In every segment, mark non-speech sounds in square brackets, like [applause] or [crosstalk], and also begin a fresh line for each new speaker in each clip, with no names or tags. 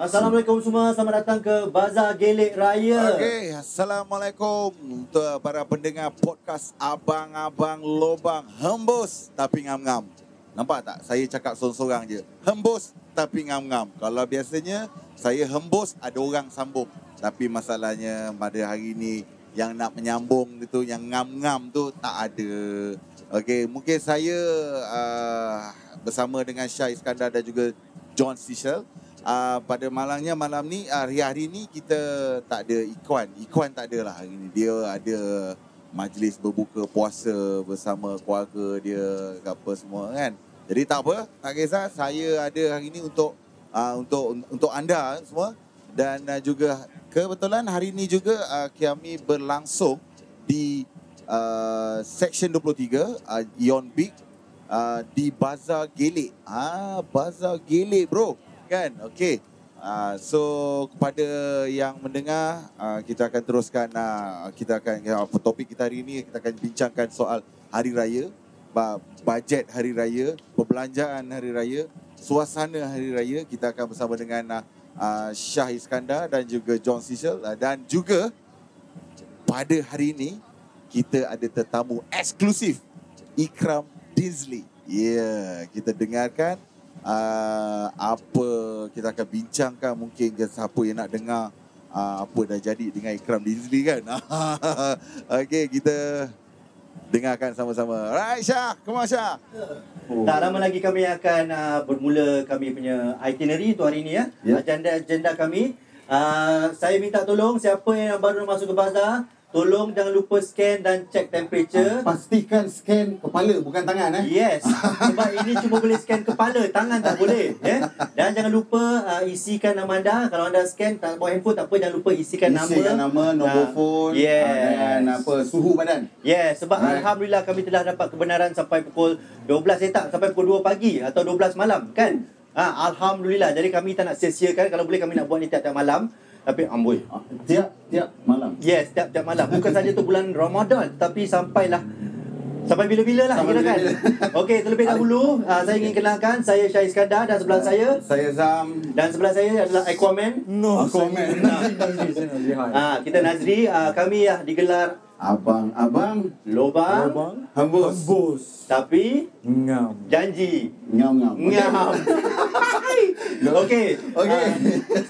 Assalamualaikum semua, selamat datang ke Bazar Gelek Raya.
Okey, Assalamualaikum untuk para pendengar podcast Abang-Abang Lobang Hembus tapi ngam-ngam. Nampak tak? Saya cakap sorang-sorang je. Hembus tapi ngam-ngam. Kalau biasanya saya hembus ada orang sambung. Tapi masalahnya pada hari ni yang nak menyambung itu yang ngam-ngam tu tak ada. Okey, mungkin saya uh, bersama dengan Syah Iskandar dan juga John Sichel uh, pada malangnya malam ni uh, hari-hari ni kita tak ada Ikuan. Ikuan tak ada lah hari ni. Dia ada majlis berbuka puasa bersama keluarga dia ke apa semua kan. Jadi tak apa, tak kisah saya ada hari ni untuk uh, untuk untuk anda semua dan uh, juga kebetulan hari ni juga uh, kami berlangsung di uh, section 23 uh, Ion Big uh, di Bazar Gelik. Ah, Bazar Gelik bro. Kan? Okey. Uh, so kepada yang mendengar uh, kita akan teruskan uh, kita akan uh, topik kita hari ini kita akan bincangkan soal hari raya, ba- bajet hari raya, perbelanjaan hari raya, suasana hari raya. Kita akan bersama dengan uh, uh, Syah Iskandar dan juga John Cecil uh, dan juga pada hari ini kita ada tetamu eksklusif Ikram Dinsley. Ya, yeah, kita dengarkan uh, apa kita akan bincangkan mungkin ke siapa yang nak dengar uh, apa dah jadi dengan Ikram Dinsley kan. [laughs] Okey, kita dengarkan sama-sama. Alright Syah, come on Syah.
Tak lama lagi kami akan uh, bermula kami punya itinerary untuk hari ini ya.
Ya.
Agenda-agenda kami. Uh, saya minta tolong siapa yang baru masuk ke bazar, tolong jangan lupa scan dan check temperature.
Pastikan scan kepala bukan tangan Ah, eh. [laughs]
Yes, sebab ini cuma boleh scan kepala, tangan tak boleh. Eh? Dan jangan lupa uh, isikan nama anda. Kalau anda scan tak bawa handphone tak apa, jangan lupa isikan,
Isikan nama, nombor
Ah,
phone
yes.
ah, dan apa suhu badan.
Yeah, sebab
Alright.
Alhamdulillah kami telah dapat kebenaran sampai pukul 12 eh tak, sampai pukul 2 pagi atau 12 malam kan? Ha, Alhamdulillah. Jadi kami tak nak sia-siakan. Kalau boleh kami nak buat ni tiap-tiap malam. Tapi amboi.
Ah, Tiap tiap malam.
Yes, tiap-tiap malam. Bukan saja tu bulan Ramadan tapi sampailah Sampai bila-bila lah
Sampai
kira kan
bila-bila.
Okey terlebih dahulu uh, Saya ingin kenalkan Saya Syah Iskandar Dan sebelah saya
Saya Zam.
Dan sebelah saya adalah Aquaman
No comment.
Ah, Kita Nazri ah, Kami ah, digelar
Abang abang
Lobang,
hembus. Hembus.
Tapi
Ngam.
Janji
Ngam ngam.
[laughs] Ngam. Okey.
Okey.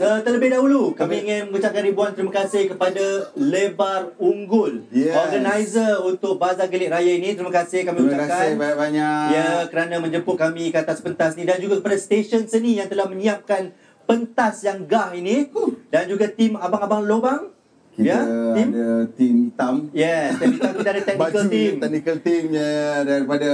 Uh, terlebih dahulu kami ingin mengucapkan ribuan terima kasih kepada Lebar Unggul,
Yes.
organizer untuk Bazar Gelik Raya ini. Terima kasih kami
Terima
ucapkan.
kasih banyak-banyak.
Ya, kerana menjemput kami ke atas pentas ni dan juga kepada stesen seni yang telah menyiapkan pentas yang gah ini dan juga tim abang-abang lobang.
Kita
ya, tim.
ada tim hitam.
Yes, tim hitam kita
[laughs]
ada technical
Baju
team.
Technical team ya, daripada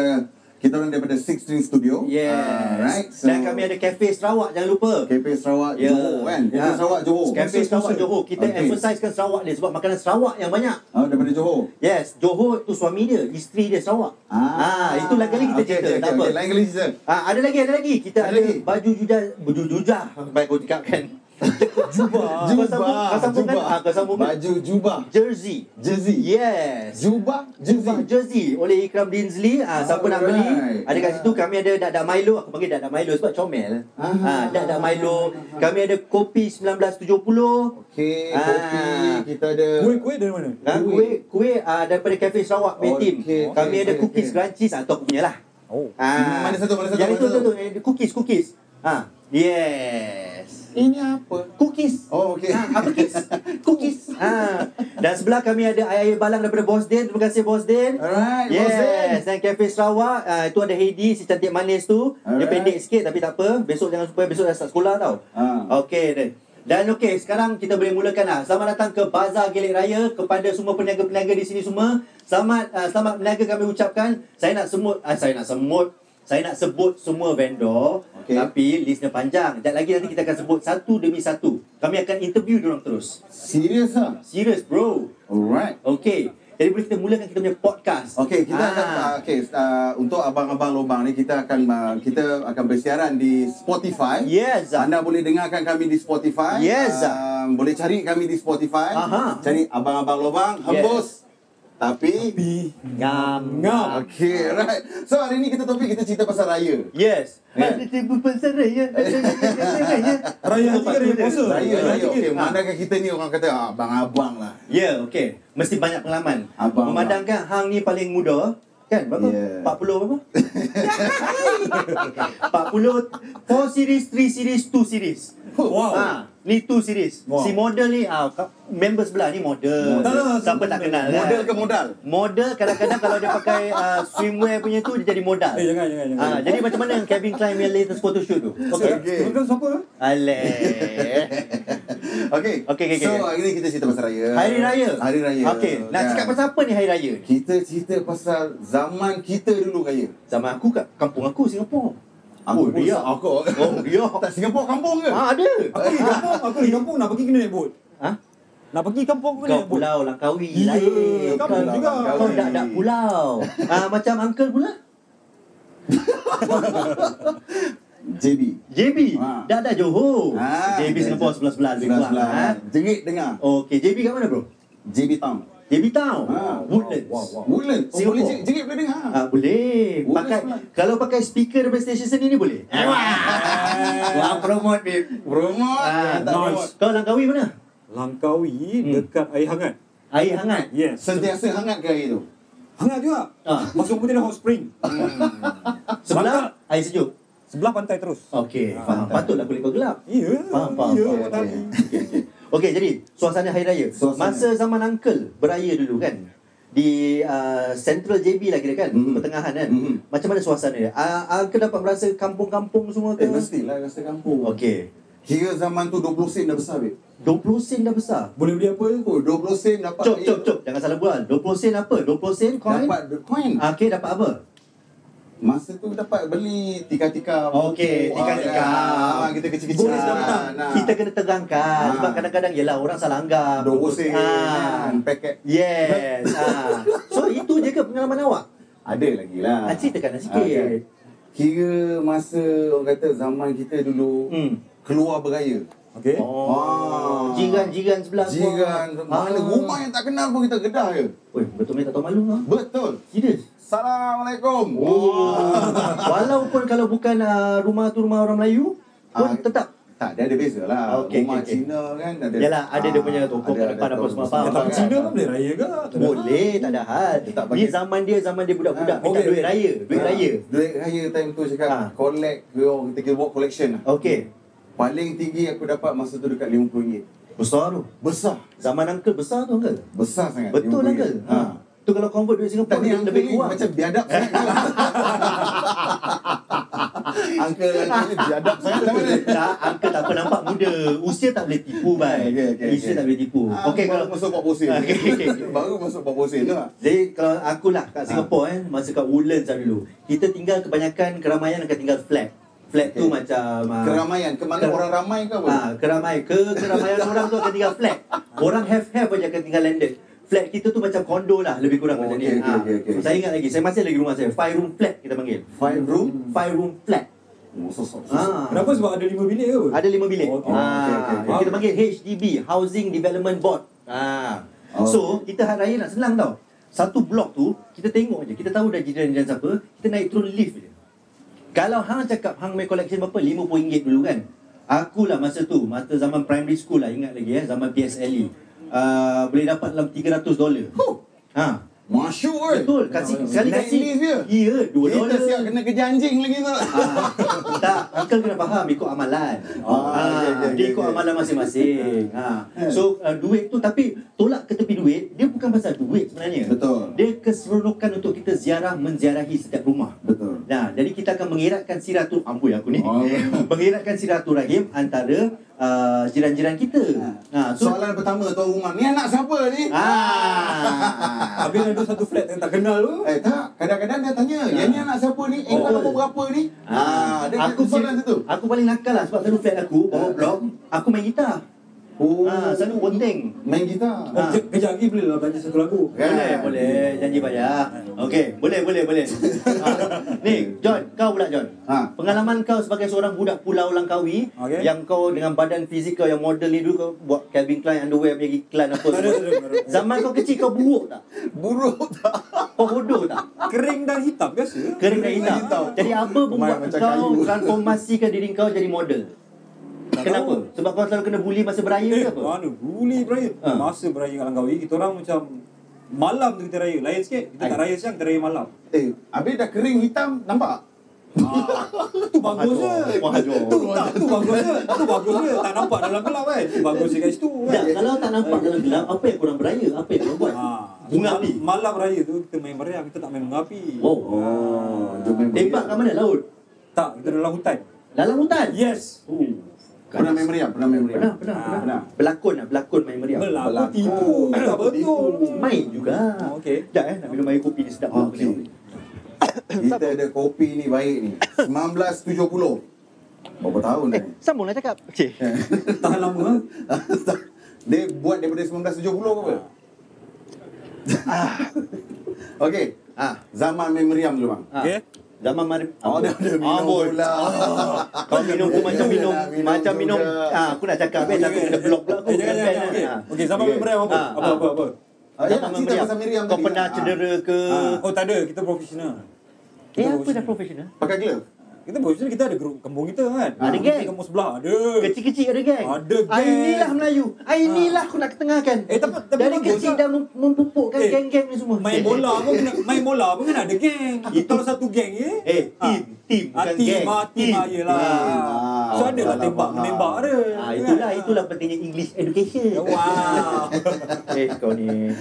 kita orang daripada Six String Studio.
Yes.
Ah, right.
dan kami ada kafe Sarawak jangan lupa.
KP Sarawak
Ya.
Johor kan? KP
Ya.
Sarawak Johor.
Kafe Sarawak Johor. Kita okay.
Okey.
emphasizekan Sarawak dia sebab makanan Sarawak yang banyak.
Oh, daripada Johor.
Yes, Johor tu suami dia, isteri dia Sarawak. ah itu lain kali kita
Okey,
cerita. tak
okey, okey,
apa.
okey, lain kali cerita.
Ah, ada lagi, ada lagi. Kita ada,
Ada lagi?
baju jujah, baju jujah. Baik kau cakap
[laughs]
kan. jubah. Ah, Kau sambung, kau sambung kan? Ah, kau sambung kan?
Baju jubah.
Jersey.
Jersey.
Yes.
Jubah,
Jubah jersey
jersey.
oleh Ikram Dinsley. Ah, siapa nak beli?
Alright.
Ada kat situ kami ada dak dak Milo. Aku panggil dak dak Milo sebab comel.
Ah.
Ah, dak dak Milo. Kami ada kopi 1970.
Okey,
Ah.
kopi kita ada. Ha,
Kuih-kuih dari mana?
Ah, kuih kuih ah, daripada kafe Sarawak punya
Okey,
team.
okey,
Kami ada
okey,
cookies
okey.
crunchies atau aku punya lah.
Oh.
Ah.
Mana satu, mana satu,
Yang
mana
itu tu
satu?
tu eh, cookies cookies. Ah, yes.
Ini apa? [laughs]
Cookies.
Oh, okey.
Ah, apa kiss? cookies. Ah. Dan sebelah kami ada air-air balang daripada Bos Den. Terima kasih Bos Den.
Alright,
yes.
Bosin.
Dan kafe Sarawak, ah, itu ada Heidi si cantik manis tu. Dia
Alright.
pendek sikit tapi tak apa. Besok jangan supaya besok dah start sekolah tau.
Ah.
Okey then. Dan okey, sekarang kita boleh mulakan lah. Selamat datang ke Bazar Gelik Raya kepada semua peniaga-peniaga di sini semua. Selamat uh, selamat berniaga kami ucapkan. Saya nak semut uh, saya nak semut saya nak sebut semua vendor okay.
Okey.
tapi listnya panjang. Sekejap lagi nanti kita akan sebut satu demi satu. Kami akan interview diorang terus.
Serius ah?
Serius bro.
Alright.
Okey. Jadi boleh kita mulakan kita punya podcast.
Okey, kita
Ah.
akan uh, okey uh, untuk abang-abang lobang ni kita akan uh, kita akan bersiaran di Spotify.
Yes, Zah.
Anda boleh dengarkan kami di Spotify.
Yes, Zah.
Uh, boleh cari kami di Spotify.
Aha.
Cari abang-abang lobang
Yes.
hembus. Tapi
Pi
Ngam.
Ngam
Okay, right. So hari ni kita topik kita cerita pasal raya.
Yes.
Ya.
Ada tipu pasal [laughs] raya.
Raya hati ke raya puasa? Raya
Raya, raya.
hati
ah.
Okay,
ke?
mandakan kita ni orang kata ah, abang-abang lah.
Ya, okey. Mesti banyak pengalaman.
Abang,
Memandangkan hang ni paling muda, kan? Berapa?
Ya.
40 berapa? 40 4 series, 3 series, 2 series.
Wow
Ha, ni 2 series.
Wow.
Si model ni ah ka- member sebelah ni model. Ah,
Tak lah,
Siapa tak
model.
kenal
Modal
kan?
ke modal?
Model kadang-kadang kalau dia pakai uh, swimwear punya tu dia jadi modal.
Eh jangan jangan jangan
Ah, jadi macam mana yang Kevin Klein punya latest photoshoot tu?
Okay
Okey.
Kemudian siapa?
Aleh.
Okay.
Okey, okey,
So
okey.
hari ni kita cerita pasal raya.
Hari Raya.
Hari raya.
Okey, nak
Kan?
cakap pasal apa ni Hari Raya? ni?
Kita cerita pasal zaman kita dulu raya.
Zaman aku kat kampung aku Singapura. oh,
Aku pun
dia.
sa-
Oh,
Aku.
dia.
[laughs] Tak Singapura kampung ke?
Ha, ada. [laughs]
Aku di kampung Aku di kampung nak pergi kena naik bot
Ha?
Nak pergi kampung aku kena
Kau
naik bot
pulau Langkawi
Ya,
lain.
kampung
Kau-
juga.
Kau dak dak pulau. [laughs] Ah macam uncle pula.
JB.
JB.
Ha.
Dak dak Ha, Johor.
Ah,
JB Oh, Singapore sebelah-sebelah lebih kurang. Ha?
Sebelah-sebelah. Jerit dengar.
Okey, JB kat mana bro?
JB Town.
JB Town.
Ah,
Woodlands.
Woodland. Oh,
Singapore.
boleh jerit, jerit boleh dengar.
Ah, boleh.
Boleh
pakai
sebelah.
kalau pakai speaker daripada station sini ni boleh. [laughs] Wah, promote babe.
Promo.
Ah,
tak
nice.
promote.
Kau Langkawi mana?
Langkawi
Hmm.
dekat air hangat Ya.
Air hangat.
Yes
Sentiasa hangat ke hari tu?
Hangat juga
Ah. Hmm.
Masuk putih dah hot spring
Sebelah air sejuk.
Sebelah pantai terus
Okey,
Ah,
faham. Patutlah kulit kau gelap.
Ya
Faham, faham,
Ya
faham.
matahari
Okey, jadi suasana hari raya.
Suasana.
Masa zaman uncle beraya dulu kan. Di uh, Central JB lah kira kan,
Hmm.
Mhm.
pertengahan kan.
Mhm.
Macam mana suasana dia? Uh, uncle dapat merasa kampung-kampung semua ke?
Eh, mestilah rasa kampung.
Okey.
Kira zaman tu 20 sen dah besar, babe.
20 sen dah besar.
Boleh beli apa?
Oh, 20 sen dapat...
Cop, cop, cop. Jangan salah bual. 20 sen apa? 20 sen coin?
Dapat du- coin.
Ah, Okey, dapat apa?
Masa tu dapat beli tika-tika.
Okey, tika-tika.
Ah, kita kecil-kecil.
Bonus dah menang.
Nah,
Kita kena terangkan.
Ah.
Sebab kadang-kadang, yelah orang salah anggap.
20 sen.
Ah.
kan, Paket.
Yes. ah. So, itu je ke pengalaman awak?
Ada lagi lah.
Ah, ceritakan sikit.
kan. Kira masa orang kata zaman kita dulu
Hmm.
keluar beraya.
Okay
Oh. lah
Ah.
Jiran-jiran sebelah tu.
Jiran,
Ah.
mana rumah yang tak kenal pun kita kedah je.
Oi, betul ni tak tahu malu lah.
Betul.
Serius.
Assalamualaikum.
Oh.
Oh.
Walaupun kalau bukan ah, rumah tu rumah orang Melayu, pun
Ah.
tetap.
Tak, dia ada beza lah.
Okey,
Rumah
okey, okey.
Cina kan ada.
Yalah, ada dia
Ah,
punya toko
ada-
kat depan
ada
apa
toko
semua,
Ya,
faham,
tak
kan?
Cina pun boleh raya ke? Tak ada
Boleh, tak ada hal.
Dia tak
Ni
bagi-
zaman dia, zaman dia budak-budak.
Ah,
Dia tak
okey.
duit raya. Duit
Ah,
raya.
Duit raya time tu cakap
Ah.
collect ke orang kita kira buat collection lah.
Okey.
Paling tinggi aku dapat masa tu dekat RM50.
Besar tu.
Besar. Kan,
Zaman uncle besar tu uncle.
Besar sangat.
Betul lah
RM50.
uncle. Ha. Tu kalau convert duit
Tak
Singapura
ni
dia
uncle
lebih
ni
kurang.
macam biadab sangat. [laughs] uncle lagi ni biadab sangat sama dia.
[laughs] tak, uncle tak apa nampak muda. Usia tak boleh tipu, bai.
Okey, okey,
Usia
okey.
tak boleh tipu.
Ah,
Okey,
baru
kalau
masuk buat posin.
Ah, Okey, okey.
Baru masuk buat posin tu lah.
Jadi kalau aku lah
Ah.
kat Singapura eh, masa kat Woodlands lah dulu. Kita tinggal kebanyakan keramaian akan tinggal flat. Flat tu
Okey.
macam ah,
Keramaian, kemana
Keram-
orang ramai ke apa?
Ah, keramai ke keramaian orang tu akan tinggal flat. Orang have have aja akan tinggal landed. Flat kita tu macam kondo lah lebih kurang
Oh,
macam
okey,
ni.
okey,
Ah,
okey, okey.
so, saya ingat lagi, saya masih lagi rumah saya. Five room flat kita panggil.
Five room?
Five room flat.
Oh, sosok. sosok.
Ah.
[laughs]
Kenapa sebab ada lima bilik ke?
Ada lima bilik.
Oh, okey.
ah,
Okey, okey,
okey.
Kita panggil HDB, Housing Development Board. Ah.
Oh.
So, kita hari raya nak senang tau. Satu blok tu, kita tengok je. Kita tahu dah jiran-jiran siapa. Kita naik turun lift je. Kalau hang cakap hang main collection berapa? RM50 dulu kan? Akulah masa tu, masa zaman primary school lah ingat lagi eh, zaman PSLE. Uh, boleh dapat dalam 300 dolar. Ha.
Masyuk eh.
Betul, kasih sekali
Naik
kasih.
lift je.
Ya, 2 dolar.
Kita siap kena kerja anjing lagi tu.
Ah, tak, uncle kena faham ikut amalan. ah,
Oh, okey, okey,
dia
okey,
ikut
okey.
amalan masing-masing.
Ah.
ha.
Eh.
So uh, duit tu tapi tolak ke tepi duit, dia bukan pasal duit sebenarnya.
Betul.
Dia keseronokan untuk kita ziarah menziarahi setiap rumah.
Betul.
Nah, jadi kita akan mengeratkan siratul amboi aku ni.
Oh.
[laughs] mengeratkan siraturahim antara uh, jiran-jiran kita. Ha, so,
Ah. Soalan pertama tuan rumah, ni anak siapa ni?
ah.
Habis ada satu flat yang tak kenal tu
Eh tak, kadang-kadang dia tanya, yang ni anak siapa ni? Eh,
Oh.
kau nombor berapa ni? Ah, dia aku
paling-
soalan situ.
Aku paling nakal lah sebab selalu flat aku, bawah blok, aku main gitar.
Ah. Oh.
Ha, selalu penting.
Main gitar.
Ah.
Ke- Kejap lagi boleh lah belajar satu lagu.
Kan?
Boleh, boleh. Janji payah. Okey, boleh, boleh, boleh. ha. Ni, John, kau pula John.
Ha.
Pengalaman kau sebagai seorang budak pulau Langkawi
Okey.
yang kau dengan badan fizikal yang model ni dulu kau buat Calvin Klein underwear punya iklan apa
Ada, ada,
semua.
ada.
Zaman kau kecil kau buruk tak?
Buruk tak?
Kau bodoh tak?
Kering dan hitam biasa.
Kering dan hitam.
hitam.
Jadi apa
Main
membuat
macam
kau
kayu.
transformasikan diri kau jadi model?
Tak
Kenapa?
tahu.
Sebab kau selalu kena bully masa beraya
Eh,
ke apa?
mana bully beraya.
Ha.
Masa beraya kat Langkawi, kita orang macam malam tu kita raya. Lain sikit, kita tak
Ai.
raya siang, kita raya malam.
Eh, habis dah kering hitam, nampak?
Ah, tu bagus je.
Wah, aduh.
Tu tak, tu bagus je. Tu bagus je. Tak nampak dalam gelap kan. Tu bagus je kat situ
Tak,
kan.
kalau tak nampak dalam gelap, apa yang kurang beraya? Apa yang kau buat?
Ah,
Bunga
mal-
api.
Malam raya tu kita main meriam, kita tak main bunga api.
Wow.
Oh,
Ah,
dia main
Tembak kat
meriam.
mana? Laut?
Tak, kita dalam hutan.
Dalam hutan?
Yes.
Oh.
Pernah main meriam, pernah main meriam.
Pernah, pernah,
Ya. Ah,
pernah.
pernah.
Berlakon lah, berlakon main meriam.
Berlaku
Berlaku.
Ya. tipu. Tak betul.
Main juga.
Oh, okey.
Sekejap eh, nak minum air kopi ni sedap.
Ah, Okey. Kita ada kopi ni baik ni. 1970. Berapa tahun [laughs] ni?
Sambung lah cakap. Okey.
Tahan lama. ha?
Dia buat daripada 1970 ke apa? Ah. [laughs] Okey.
Ah,
Zaman main meriam dulu bang.
ah.
Okey. Ah,
Zaman mari. Ah.
Oh, dah ada minum pula.
Kau minum aku macam
Dia
minum
nak minum
macam
juga.
minum. Ah, aku nak cakap best aku kena blok pula aku.
Eh, jangan,
Kan,
jangan,
kan,
jangan. Okey,
ah.
Okey, zaman main meriam apa?
Ah,
Apa,
ah.
apa, apa?
Ah, ya,
Zaman
nak cerita
meriam.
pasal meriam
Kau
tadi.
pernah
Ah.
cedera ke?
Oh, tak ada. Kita profesional.
Eh,
Kita
apa dah profesional?
Pakai glove.
Kita profesional, kita ada grup kampung kita kan.
Ada
Kita
geng.
Kampung sebelah ada.
Kecil-kecil ada geng.
Ada
Ah,
geng.
inilah Melayu. Ah, inilah aku nak ketengahkan.
Eh, tapi- tapi
Dari
bagus
kecil
lah.
dah mem- mempupukkan
Eh,
geng-geng ni semua. Ah,
Main bola pun kena, main bola pun kan ada geng. Itu kalau satu geng je.
Eh, team, team,
Ah,
bukan
team,
geng.
ah, team,
Team,
ah, yelah.
team.
Ah,
So ada kan? lah
salah
tembak,
faham.
menembak dia.
Ah, itulah itulah pentingnya English
Ya
education. [laughs]
Wow.
eh, kau ni. Eh,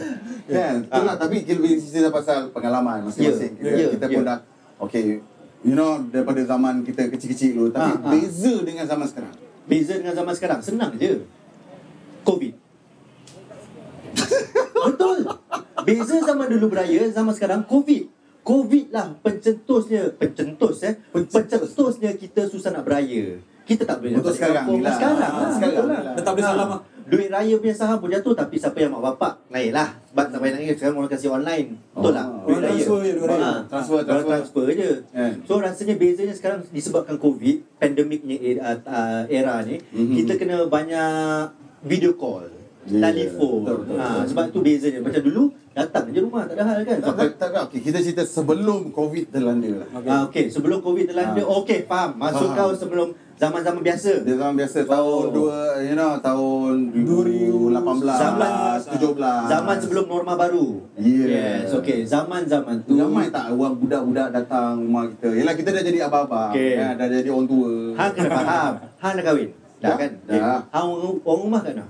Kan? Itulah tapi kita boleh cerita pasal pengalaman masing-masing.
Ya,
Kita,
ya,
kita
ya.
pun dah okay. You know daripada zaman kita kecil-kecil dulu tapi
Ah, ah.
beza dengan zaman sekarang.
Beza dengan zaman sekarang, senang je. Covid. [laughs] Betul. Beza zaman dulu beraya, zaman sekarang Covid. Covid lah pencetusnya, pencetus eh.
Pencetus.
Pencetusnya kita susah nak beraya. Kita tak boleh
Untuk
dapat
sekarang
kampung.
ni lah.
Sekarang
Ah,
lah.
sekarang
betul lah.
ni lah.
Tetap boleh salam lah.
Duit raya punya saham pun jatuh tapi siapa yang mak bapak? Naiklah. Sebab tak payah nak ingat sekarang orang kasi online. Betul
Oh.
lah.
Orang transfer je duit raya.
Ah,
Transfer,
Orang
transfer.
transfer je.
Eh.
So rasanya bezanya sekarang disebabkan COVID, pandemiknya era, uh, era ni,
Mhm.
kita kena banyak video call,
Yeah,
telefon.
betul, betul,
ha,
betul.
sebab tu bezanya. Macam dulu datang je rumah tak ada hal kan.
Tak, tak, tak, tak. Okay, kita cerita sebelum COVID terlanda lah.
Ah okey, sebelum COVID dilanda,
Ah.
okey faham. Masuk kau
Faham.
sebelum zaman-zaman biasa.
Dia zaman biasa tahun
Oh.
dua, you know, tahun 2018,
Zaman-
17.
Zaman sebelum norma baru.
Yeah.
Yes, okey. Zaman-zaman tu.
Ramai tak orang budak-budak datang rumah kita. Yalah kita dah jadi abang-abang.
Okay. Ha,
Ya, dah jadi orang tua. Ha?
Hang kena faham. Hang dah kahwin. Dah
Dah,
kan?
dah.
Okey. Hang orang orang rumah kat mana?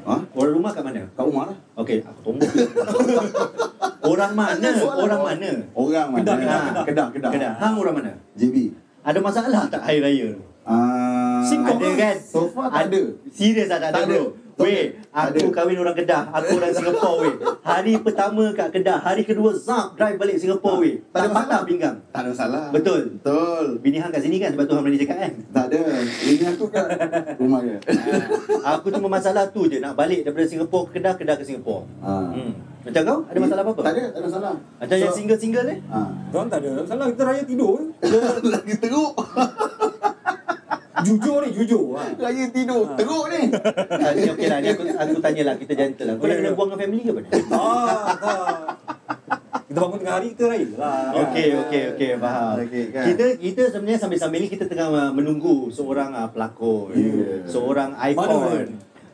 Ha?
Orang rumah kat mana?
Kat rumah lah.
Okey, aku tumbuk. [laughs] orang mana? Orang mana?
Orang mana?
Kedah, Kedah,
Ha, Kedah, Kedah.
Kedah. Hang orang mana?
JB.
Ada masalah tak hari raya?
Ah,
Singkong
Ada kan?
So far tak ada.
Serius tak tak ada
Tak ada.
bro? Weh,
Tak
aku
ada.
kahwin orang Kedah. Aku orang Singapura weh. Hari pertama kat Kedah, hari kedua zap drive balik Singapura weh.
Tak ada
Tak patah
masalah.
pinggang.
Tak ada masalah.
Betul.
Betul.
Bini hang kat sini kan sebab tu hang berani cakap kan?
Tak ada. Ini aku kat rumah dia.
Ah, aku cuma masalah tu je nak balik daripada Singapura ke Kedah, Kedah ke Singapura.
Ah.
Hmm. Macam kau? Ada masalah apa-apa?
Tak ada, tak ada masalah.
Macam yang
So-
single-single ni?
Ha.
Tuan tak ada. Salah kita raya tidur.
[laughs] Lagi teruk.
Jujur ni, jujur. Ha.
Lagi tidur. Teruk ni.
Ah, ni okey lah. Ni aku, aku tanyalah. Kita gentle lah. Kau nak kena
Okey.
buang dengan family ke apa ni?
Ah, tak. Kita bangun tengah hari, kita
Ah,
raya lah.
kan?
Okey, okey, okey. Faham.
Okey, kan?
Kita kita sebenarnya sambil-sambil ni kita tengah uh, menunggu seorang uh, pelakon.
Yeah.
Seorang
Mana
ikon.
Ya,
dia?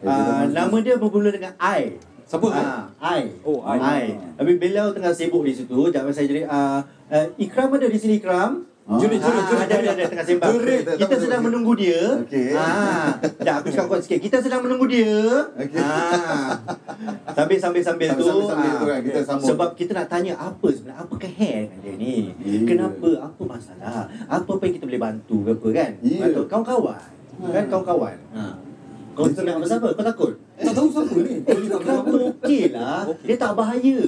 Uh, nama dia bermula dengan I.
Siapa?
Ah, I.
Oh, I.
Tapi beliau tengah sibuk di situ. Jangan saya jadi... Uh, uh, Ikram ada di sini, Ikram.
Ah.
Juri, juri,
Ah,
juri.
ada, ada, ada, tengah sembang.
Jerit.
Kita sedang menunggu dia.
Okey.
Ah, dah aku cakap kuat sikit. Kita sedang menunggu dia.
Okey.
Ah. Sambil sambil sambil tu.
Sambil-sambil tu
ah,
kan, kita sambung.
Sebab kita nak tanya apa sebenarnya apa keher dengan dia ni?
Ya.
Kenapa? Apa masalah? Apa apa yang kita boleh bantu ke apa kan?
Ya.
Atau kawan-kawan. Kan kawan-kawan. Ha. Kau tak nak pasal apa? Kau takut?
Tak tahu siapa ni.
Eh, kau okey lah. Dia tak bahaya.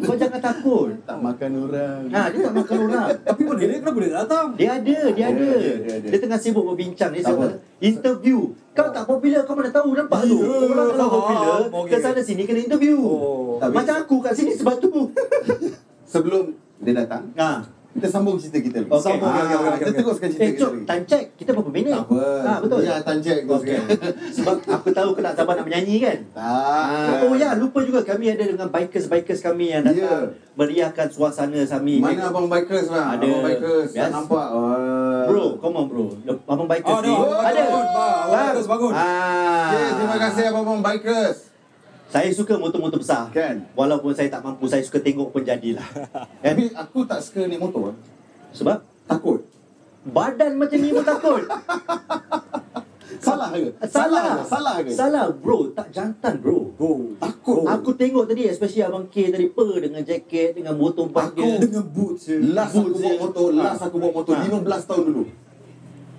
Kau jangan takut.
Tak makan orang.
Ha, dia tak makan orang.
Tapi boleh dia kenapa dia tak datang?
Dia ada, dia ada.
Ya, Ada, ada, ada, ada.
Dia tengah sibuk berbincang ni
Tak
sebab interview. Kau tak popular kau mana tahu nampak tu.
Ya,
Orang kalau
faham.
popular
Okey.
ke sana sini kena interview.
Oh.
Tak
Macam
biasa.
aku kat sini sebab tu.
Sebelum dia datang,
Ha.
kita sambung cerita kita lagi.
Okey.
Sambung,
Okey, okey, okey,
ah, Kita
okey.
teruskan cerita
Eh,
kita
Cok,
lagi.
time check. Kita berapa minit?
Tak apa.
Ha, betul.
Ya, tanjek kau
Okey.
sekarang.
[laughs] Sebab aku tahu kau nak sabar nak menyanyi kan?
Tak.
Ah, oh ya, lupa juga kami ada dengan bikers-bikers kami yang datang meriahkan suasana kami.
Ya. Mana abang bikers lah?
Ada.
Abang bikers. Tak
Biasa.
nampak. Ah.
Bro, come on bro. Lep- Abang bikers
Oh,
ni.
no, abang
ada.
bangun, bang. Abang
Bang.
bikers bangun.
Ah.
Okay, terima kasih abang-abang bikers.
Saya suka motor-motor besar.
Kan?
Walaupun saya tak mampu, saya suka tengok pun jadilah. [laughs] kan?
Tapi aku tak suka naik motor. ah.
Sebab
Takut.
badan macam ni pun takut.
Salah ke?
Salah.
ke? Salah ke?
Salah bro, tak jantan bro.
Oh.
Takut.
Aku tengok tadi especially Abang K tadi per dengan jaket, dengan motor bike
Aku
dia.
Dengan boots je.
Last aku
Boots
bawa
je.
motor, last
Ah.
aku bawa motor
Ah.
15 tahun dulu.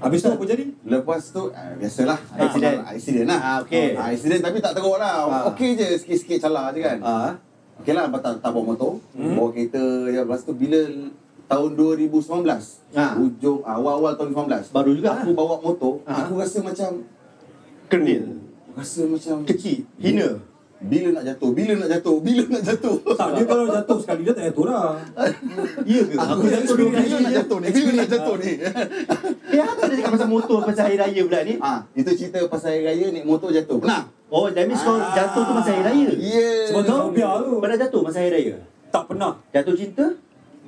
Habis tu apa jadi?
Lepas tu ah, biasalah
Ah.
accident. Accident lah.
Ah, okey.
Ah, accident tapi tak teruk lah.
Ah.
Okey je sikit-sikit calar je kan.
Ah, Hmm.
Okey lah tak, tak bawa motor, bawa kereta je. Lepas tu bila tahun 2019,
Ah.
hujung awal-awal tahun 2019.
Baru juga
Aku
ah.
bawa motor,
Ah.
aku rasa macam
kerdil.
oh, rasa macam
Kecil, hina.
Bila nak jatuh, bila nak jatuh, bila nak jatuh.
Tak, dia kalau jatuh lah. sekali dia tak payah turun.
Ya ke?
Aku
Aku
rasa
jatuh dua
bila
kali
nak
je.
jatuh ni, [laughs] bila nak jatuh ni.
Eh, apa dia cakap pasal motor pasal hari raya pula ni?
Ah, itu cerita pasal hari raya naik motor jatuh. Pernah?
Oh, that means kau
Ah.
jatuh tu masa hari raya?
Yeah.
Sebab tu
Kau
fobia tu.
Pernah jatuh masa hari raya?
Tak pernah.
Jatuh cinta?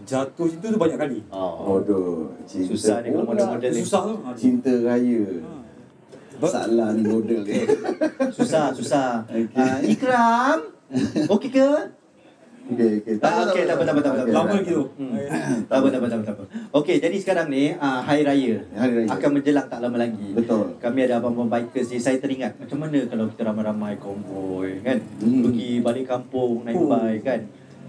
Jatuh situ tu banyak kali.
Oh.
Bodoh. Cinta
Susah ni kalau
bodoh.
model-model ni.
Susah tu. Ah,
Cinta raya. Salah ni model ni.
Susah, susah.
Okey.
Ah, Ikram, okey ke?
Okey, okey.
Ah, okey, tak apa, tak apa, tak apa, tak apa.
Okey,
Lama
tak
lagi tu.
tak apa, tak apa, tak apa, tak apa. Okey, jadi sekarang ni uh, Hari Raya.
Hari Raya.
Akan menjelang tak lama lagi.
Betul.
Kami ada abang-abang bikers ni. Saya teringat macam mana kalau kita ramai-ramai konvoi kan.
Hmm.
Pergi balik kampung naik
Oh.
bike kan.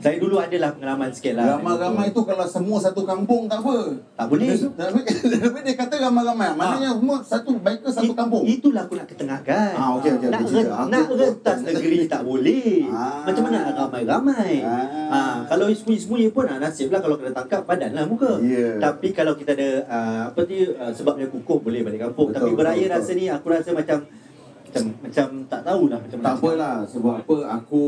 saya dulu adalah pengalaman sikit lah.
Ramai-ramai tu kalau semua satu kampung tak apa.
Tak boleh. Ah.
Tapi tapi dia kata ramai-ramai. Maknanya semua satu biker satu
It-
kampung.
Itulah aku nak ketengahkan.
Ah, okey, okey,
nak, ren,
okey, cerita. Aku
nak
pun-
rentas negeri tak boleh.
Ah.
Macam mana nak ramai-ramai?
Ah.
Ah. kalau sembunyi-sembunyi pun ah, nasib lah kalau kena tangkap badanlah muka.
Ya.
Tapi kalau kita ada ah, apa tu ah, sebabnya kukuh boleh balik kampung.
Betul,
Tapi
betul,
beraya
betul.
rasa ni aku rasa macam macam, macam tak tahulah macam
Tak apalah sebab apa aku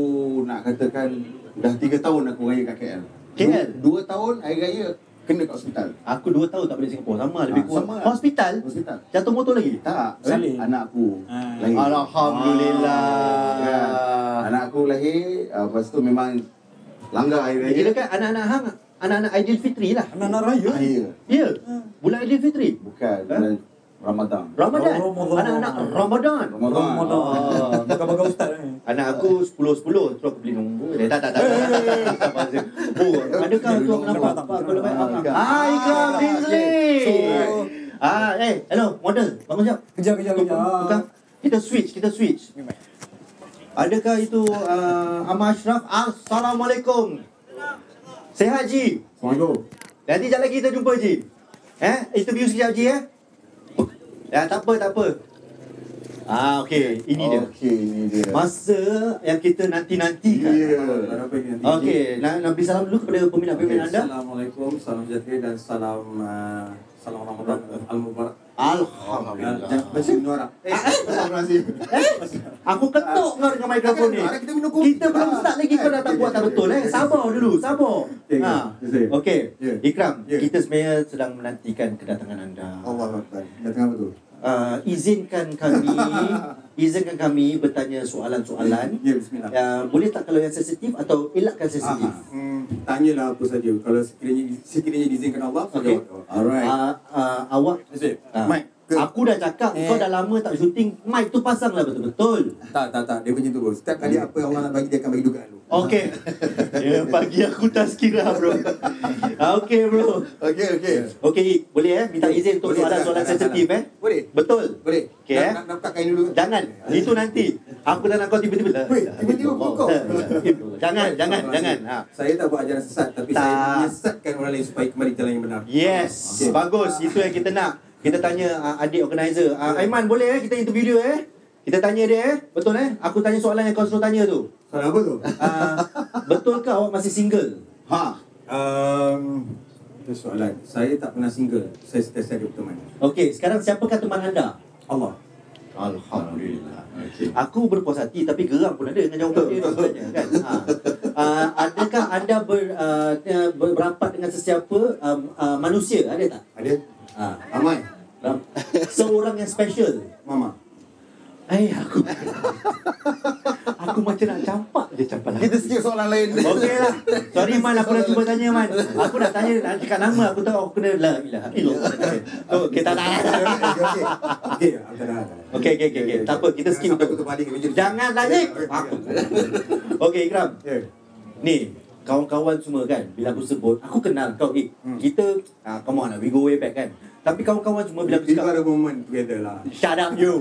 nak katakan dah 3 tahun aku raya kat KL.
KL?
2 tahun hari raya kena kat hospital.
Aku dua tahun tak balik Singapura sama lebih
Ah,
kurang.
sama lah.
Hospital
Hospital.
jatuh motor lagi.
Tak, eh?
Salin.
anak aku
Ah.
lahir.
Alhamdulillah.
Kan? Anak aku lahir, ah, lepas tu memang langgar hari raya.
Kira kan anak-anak hang anak-anak Aidil Fitri lah.
Anak-anak raya.
Raya.
Ya. Bulan Aidil Fitri. Ha?
Bukan, bulan Ramadan.
Ramadan.
Oh, Ramadan.
Anak-anak Ramadan.
Ramadan.
Ah.
Ramadan. Bakar-bakar ustaz ni.
Anak aku 10-10 Terus aku beli nombor Eh tak tak tak tak, tak, tak, tak, tak, tak. Oh adakah tu aku nampak
Kenapa tak?
Apa lebih
Ah, Ikram.
Ah Ikram
Ah,
Dinsley
okay. So-
Ah eh hello model Bangun siap
Kejar, kejar, kejar.
Tukar. Kita switch kita switch Adakah itu uh, Amar Ashraf Assalamualaikum Sehat Ji
Assalamualaikum.
Nanti sekejap lagi kita jumpa Ji Eh interview sekejap Ji eh Ya tak apa tak apa Ah okey ini dia
Okey, ini
Kan?
dia.
Masa yang kita nanti-nantikan.
Ya.
Ah.
Okey, nak, nak beri salam dulu kepada peminat-peminat anda.
Assalamualaikum, salam sejahtera dan salam uh, salam Ramadan al-Mubarak.
Alhamdulillah.
Masih menyuara. Eh,
Eh, Aku ketuk kau dengan mikrofon ni.
Kita minum kopi.
Kita belum start lagi kau dah tak buat tak betul eh. Sabar dulu, sabar.
Ya,
Ha.
ya, saya.
Okey,
Ya.
Ikram,
Ya.
kita sebenarnya sedang menantikan kedatangan anda.
Allah Akbar. Dah tengah betul.
Uh, izinkan
[laughs]
kami izinkan kami bertanya soalan-soalan.
Ya, bismillah.
Uh, boleh tak kalau yang sensitif atau elakkan sensitif?
Hmm, tanyalah apa saja. Kalau sekiranya sekiranya diizinkan Allah,
Okey.
Ah, Alright.
Ah.
Uh, uh, awak
Nasib.
Ha.
Mic ke?
Aku dah cakap
Eh.
kau dah lama tak syuting, mic tu pasang lah betul-betul.
Tak, tak, tak. Dia macam tu bro. Setiap
Hmm.
kali apa yang Allah nak bagi, dia akan bagi dugaan dulu. [laughs]
Okey. ya, bagi aku tazkirah bro. Ah, Okey bro.
Okey, okey.
Okey, boleh eh minta izin untuk
Ya. Boleh,
soalan-soalan
tak, tak,
sensitif
tak,
eh?
tak. Boleh.
Betul.
Boleh?
Okey eh.
Nak, nak, nak buka kain dulu. ke?
Jangan. Itu nanti. Aku dah nak kau tiba-tiba lah.
Weh, Eh. tiba-tiba pukul.
Jangan,
Baik,
jangan,
Abang
jangan.
Aziz.
Ha.
Saya tak buat ajaran sesat,
Tak.
tapi saya menyesatkan orang lain supaya kembali jalan yang benar.
Yes,
Okey.
ah, bagus. Itu yang kita nak. Kita tanya uh, adik organizer. Uh, Aiman boleh eh kita interview dia eh? Kita tanya dia eh. Betul eh? Aku tanya soalan yang kau suruh tanya
[laughs]
tu.
Soalan apa tu?
Uh, betul ke awak masih single?
Ha.
Um, itu soalan. Saya tak pernah single. Saya sentiasa ada berteman.
Okey, sekarang siapakah teman anda?
Allah.
Alhamdulillah. Aku berpuas hati tapi geram pun ada dengan jawapan dia ni sebenarnya kan. Ha. Uh, adakah anda ber, uh, uh, berrapat dengan sesiapa um, uh, manusia ada tak?
Ada?
Ha.
Aman?
Ram- Seorang yang special.
Mama.
Eh aku Aku macam nak campak je campak lah.
Kita skip soalan lain.
Okey lah Sorry Man Aku dah cuba tanya Man Aku dah tanya Nak cakap nama Aku tahu aku kena lah, Eh, La ilah [laughs] illallah. So kita tak
Okey, okey. Okey, aku dah.
Okey okey okey okey. Tak apa Kita skip
Sampai aku
tu
terbalik macam tu.
Jangan lagi [laughs] Aku Okey Ikram
Ya.
Ni Kawan-kawan semua kan Bila aku sebut Aku kenal kau eh, Kita ah, Come on lah We go way back kan Tapi kawan-kawan semua Bila aku
Itu
cakap
ada moment together lah.
Shut up you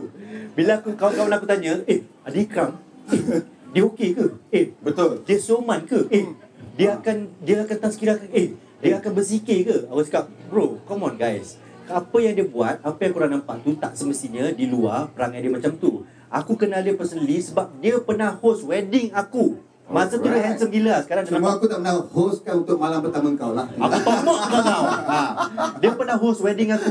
Bila aku kawan-kawan aku tanya Eh ada Ikram Eh dia okey ke? Eh
Betul.
dia soman ke? Eh,
Hmm.
dia akan dia akan tazkirahkan eh, dia akan berzikir ke? Aku cakap, bro, come on guys. Apa yang dia buat, apa yang korang nampak tu tak semestinya di luar perangai dia macam tu. Aku kenal dia personally sebab dia pernah host wedding aku. Masa tu dia
Alright.
handsome gila. lah, Sekarang dia
Cuma
nampak
aku tak pernah hostkan untuk malam pertama kau lah.
Aku tombok kau tau
[laughs]
ha. Dia pernah host wedding aku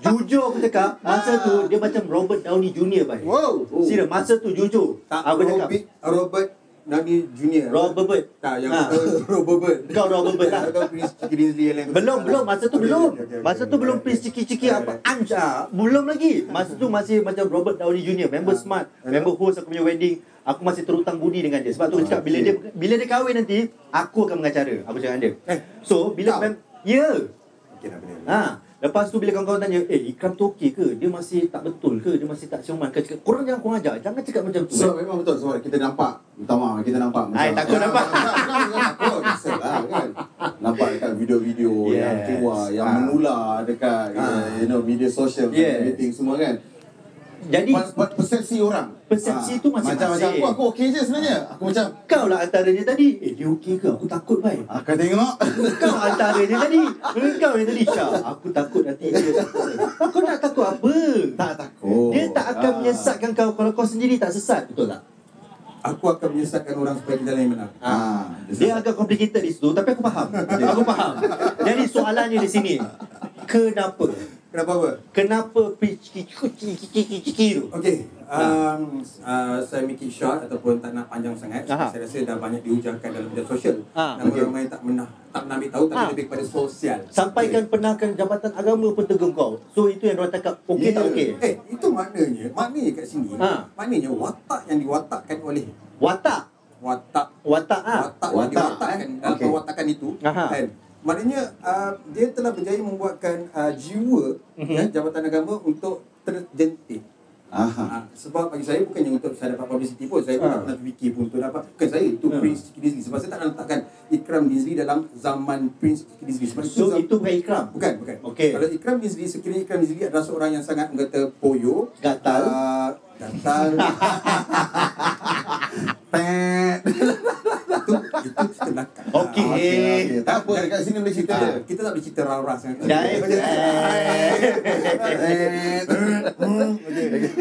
Jujur aku cakap Masa tu dia macam Robert Downey Jr. Bhai.
Wow. Oh.
Serius, masa tu jujur
Tak,
Aku cakap
Robert, Robert Downey Junior.
Robert Bird.
Tak, yang
Ha.
[laughs]
Robert Bird.
Kau Robert Bird lah
Tak tahu Chris Grinsley yang lain.
Belum, belum. Masa tu
Okey,
belum.
okey, okey,
Masa
okey,
tu
okey.
belum please ciki-ciki apa anj ah. Belum lagi. Masa tu masih macam Robert Downey Jr. Member
Ah.
smart, member host aku punya wedding. Aku masih terhutang budi dengan dia. Sebab tu aku cakap bila dia bila dia kahwin nanti, aku akan mengacara. Aku cakap dengan dia.
Eh,
So, bila mem ya.
Okey, dah boleh.
Ha. Lepas tu bila kawan-kawan tanya, "Eh, Ikram tu okey ke? Dia masih tak betul ke? Dia masih tak siuman ke?" Cakap, "Korang jangan kurang ajar. Jangan cakap macam tu."
So memang betul sebab kita nampak Minta maaf kita nampak
Hai, takut nampak.
Tak, tak, tak, [laughs] takut Kesel lah kan Nampak dekat video-video
Yes.
Yang keluar Yang
Ah.
menular Dekat eh,
Ah.
you know Media sosial
Yes.
Everything semua kan
Jadi
Pe- pe- Persepsi orang
Persepsi
Ah.
tu masing-masing.
Macam-macam aku Aku okey je sebenarnya Aku macam
kau lah antara dia tadi. "Eh, dia okey ke? Aku takut, baik."
Akan tengok
Kau antara dia tadi Kau yang tadi Syah Aku takut nanti dia Kau nak takut apa?
Tak takut
Dia tak akan
Ah.
menyesatkan kau Kalau kau sendiri tak sesat Betul tak?
Aku akan menyesatkan orang supaya kita lain menang.
Ah.
Dia agak complicated di situ Tapi aku faham Aku faham Jadi soalannya di sini Kenapa?
Kenapa apa?
Kenapa Pichiki-ciki-ciki-ciki tu?
Okey, um, uh, saya make it short ataupun tak nak panjang sangat.
Aha.
Saya rasa dah banyak dihujahkan dalam media sosial.
Ah.
Dan okay. ramai tak pernah tak pernah ambil tahu tapi
Ah.
lebih kepada sosial.
Sampaikan penahkan Jabatan Agama pun tegur kau So itu yang orang cakap Okey
Ya.
tak okey?
Eh, itu maknanya, maknanya kat sini,
Ah.
maknanya watak yang diwatakkan oleh
Watak
watak
Watak ah.
watak,
Watak.
yang diwatakkan dalam
Okey.
perwatakan itu
Aha.
kan maknanya uh, dia telah berjaya membuatkan uh, jiwa
Mhm.
ya, jabatan agama untuk terjentik
Aha.
Ha, sebab bagi saya bukannya untuk saya dapat publicity pun saya pun
Ha.
tak pernah fikir pun untuk dapat bukan saya itu
Ha.
Prince Kidizli sebab saya tak nak letakkan Ikram Dizli dalam zaman Prince Kidizli sebab itu,
So
zaman-
itu bukan ikram
bukan bukan
Okey.
kalau Ikram Dizli sekiranya Ikram Dizli adalah seorang yang sangat orang kata poyo
Gatal.
uh, gatal
Pet.
itu itu cerita belakang
Okey.
Ah,
Okey, okey. Tak apa dekat sini boleh cerita
kita,
je.
kita tak boleh cerita rara sangat
Jai.
Pet.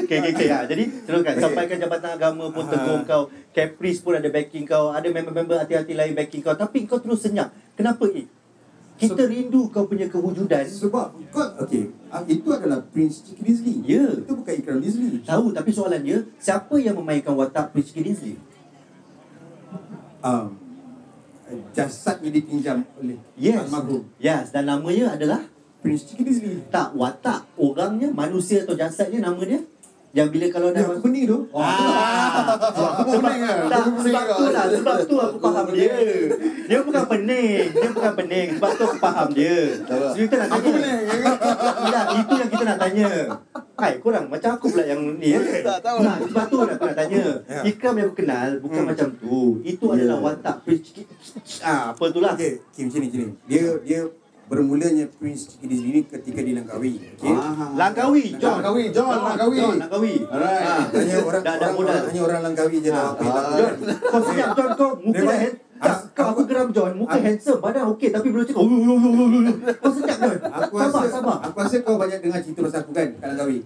Okay, okay, okay. Ha, jadi teruskan. Sampaikan Jabatan Agama pun tegur kau. Caprice pun ada backing kau. Ada member-member hati-hati lain backing kau. Tapi kau terus senyap. Kenapa, Ik? Kita rindu kau punya kewujudan.
sebab kau okey ah, itu adalah Prince Chick Dizli
Ya.
itu bukan Ikram Dizli
Tahu, tapi soalannya, siapa yang memainkan watak Prince Kidinsley?
um, jasad yang dipinjam oleh
Yes.
almarhum
Yes, dan namanya adalah?
Prince Chick Dizli
Tak, watak. Orangnya, manusia atau jasadnya, nama dia? Yang bila kalau
Ya,
dah...
aku pening tu.
Ah,
[laughs] Aku pun pening ke?
Tak,
Aku pun pening
sebab
ke?
tu lah, sebab tu aku faham
Aku
dia. Dia bukan pening, dia bukan pening. Sebab tu aku faham dia. So, kita nak tanya. Aku pening. Tidak, itu yang kita nak tanya. Hai, korang macam aku pula yang ni. eh.
Tak tahu.
Nah, sebab tu aku nak tanya.
Ya.
Ikram yang aku kenal bukan macam tu. Itu adalah watak ah apa tu lah.
Eh,
Hmm.
Okey, okay, macam ni, macam ni. Dia dia bermulanya Prince Chick Dizli ni ketika di Langkawi. Okey.
Ah,
Aha.
Langkawi, John.
Langkawi, John, Langkawi.
John, Langkawi.
Alright.
Ah, [laughs]
Hanya orang,
dah dah
orang,
modal. Ah,
orang, hanya orang Langkawi je lah. dah. apa yang tak
[laughs] John, kau senyap John kau muka dah
Memang-
hand- tak,
As-
kau aku geram John, muka handsome, badan okey tapi belum cakap. "Wuh, wuh, wuh, wuh, wuh." Kau senyap Oh, John.
Aku
sabar,
rasa,
sabar.
Aku rasa kau banyak dengar cerita pasal aku kan, kat Langkawi.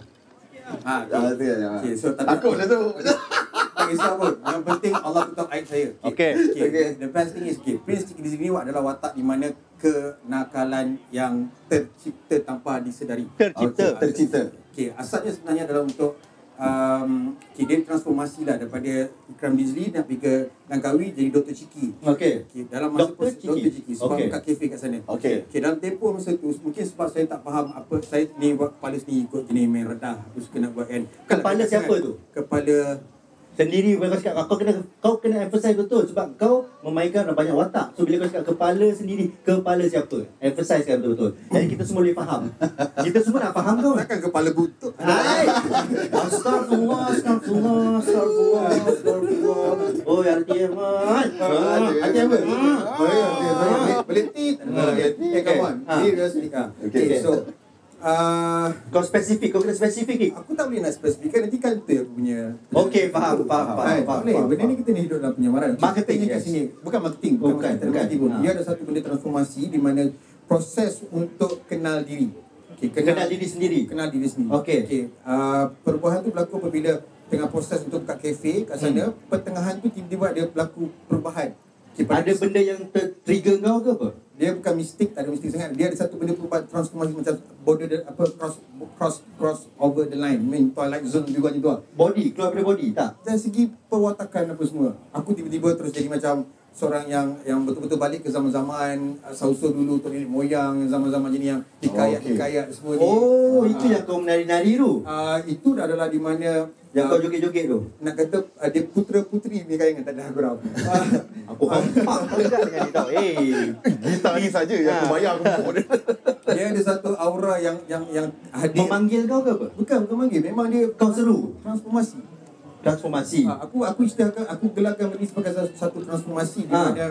Ha,
Ah, tu kan. ah.
Okay, so tak
Aku dah tahu.
tak kisah pun. Yang penting Allah tutup aib saya.
Okay.
okay.
Okay.
The best thing is, okay, Prince Tiki Dizzy ni adalah watak di mana kenakalan yang tercipta tanpa disedari.
Tercipta.
Okay,
Tercipta.
Okay, asalnya sebenarnya adalah untuk um, okay, dia transformasi lah daripada Ikram Dizli dan pergi ke Langkawi jadi Dr. Chiki.
Okey.
Okay, dalam masa
Dr.
proses-
Chiki.
Dr. Chiki sebab
Okey.
okay. kat kafe kat sana.
Okey.
okay. dalam tempoh masa tu mungkin sebab saya tak faham apa saya ni buat kepala sendiri ikut jenis main redah aku suka nak buat kan. Bukan nak
Kepala
kata
siapa
sangat.
tu?
Kepala
Sendiri bila kau cakap kau kena kau kena emphasize betul sebab kau memainkan banyak watak. So bila kau cakap kepala sendiri, kepala siapa? Emphasize kan betul-betul. Jadi kita semua boleh faham. Kita semua nak faham kau.
takkan kepala butuh.
Hai. Astagfirullah, astagfirullah, astagfirullah, astagfirullah. Oh, RTM. ah. Ah, RTM apa? Ah.
Boleh, boleh, boleh, boleh.
Boleh tit.
Okay.
Eh come on.
Ah.
Ni real sini. Ah.
Okay.
Okay, so uh,
Hmm. Kau spesifik, kau kena spesifik. ni.
aku tak boleh nak spesifikkan nanti kan tu aku punya
Okey, faham, faham, faham,
Kan?
faham.
Boleh,
faham,
benda ni
faham.
kita ni hidup dalam penyamaran.
Marketing,
Kita ni kat
yes.
sini. Bukan marketing, bukan, Ah.
Bukan,
marketing,
bukan.
marketing pun.
Ha.
Dia ada satu benda transformasi di mana proses untuk kenal diri. Okay,
Kenal diri sendiri.
Kenal diri sendiri.
Okey.
okay. Uh, perubahan tu berlaku apabila tengah proses untuk kat kafe kat sana, pertengahan tu tiba-tiba ada berlaku perubahan. Okay, pada
Ada benda yang ter- trigger kau ke apa?
dia bukan mistik, tak ada mistik sangat. Dia ada satu benda perubahan transformasi macam border the, apa cross cross cross over the line, main twilight zone juga macam tu lah
Body, keluar daripada body, tak?
dari segi perwatakan apa semua aku tiba-tiba terus jadi macam seorang yang yang betul-betul balik ke zaman-zaman uh, sausul dulu tok nenek moyang zaman-zaman jenis yang hikayat-hikayat semua ni.
Oh, itu yang
Ah.
kau menari-nari tu.
Ah, itu adalah di mana
Yang
ah,
kau joget-joget
[laughs]
tu.
nak kata ah, dia putera-puteri punya kayangan tak ada Ah, gurau.
[laughs] Aku hampak kau juga dengan dia tau. Eh.
Gitar ni saja yang [laughs] aku bayar aku [laughs] pokok dia.
[laughs] dia ada satu aura yang yang yang hadir
Eh, Memanggil kau ke apa?
bukan bukan manggil memang dia
Kau seru.
transformasi.
Transformasi.
Ah, aku aku istilahkan aku gelarkan benda ni sebagai satu, satu transformasi di
Ah.
mana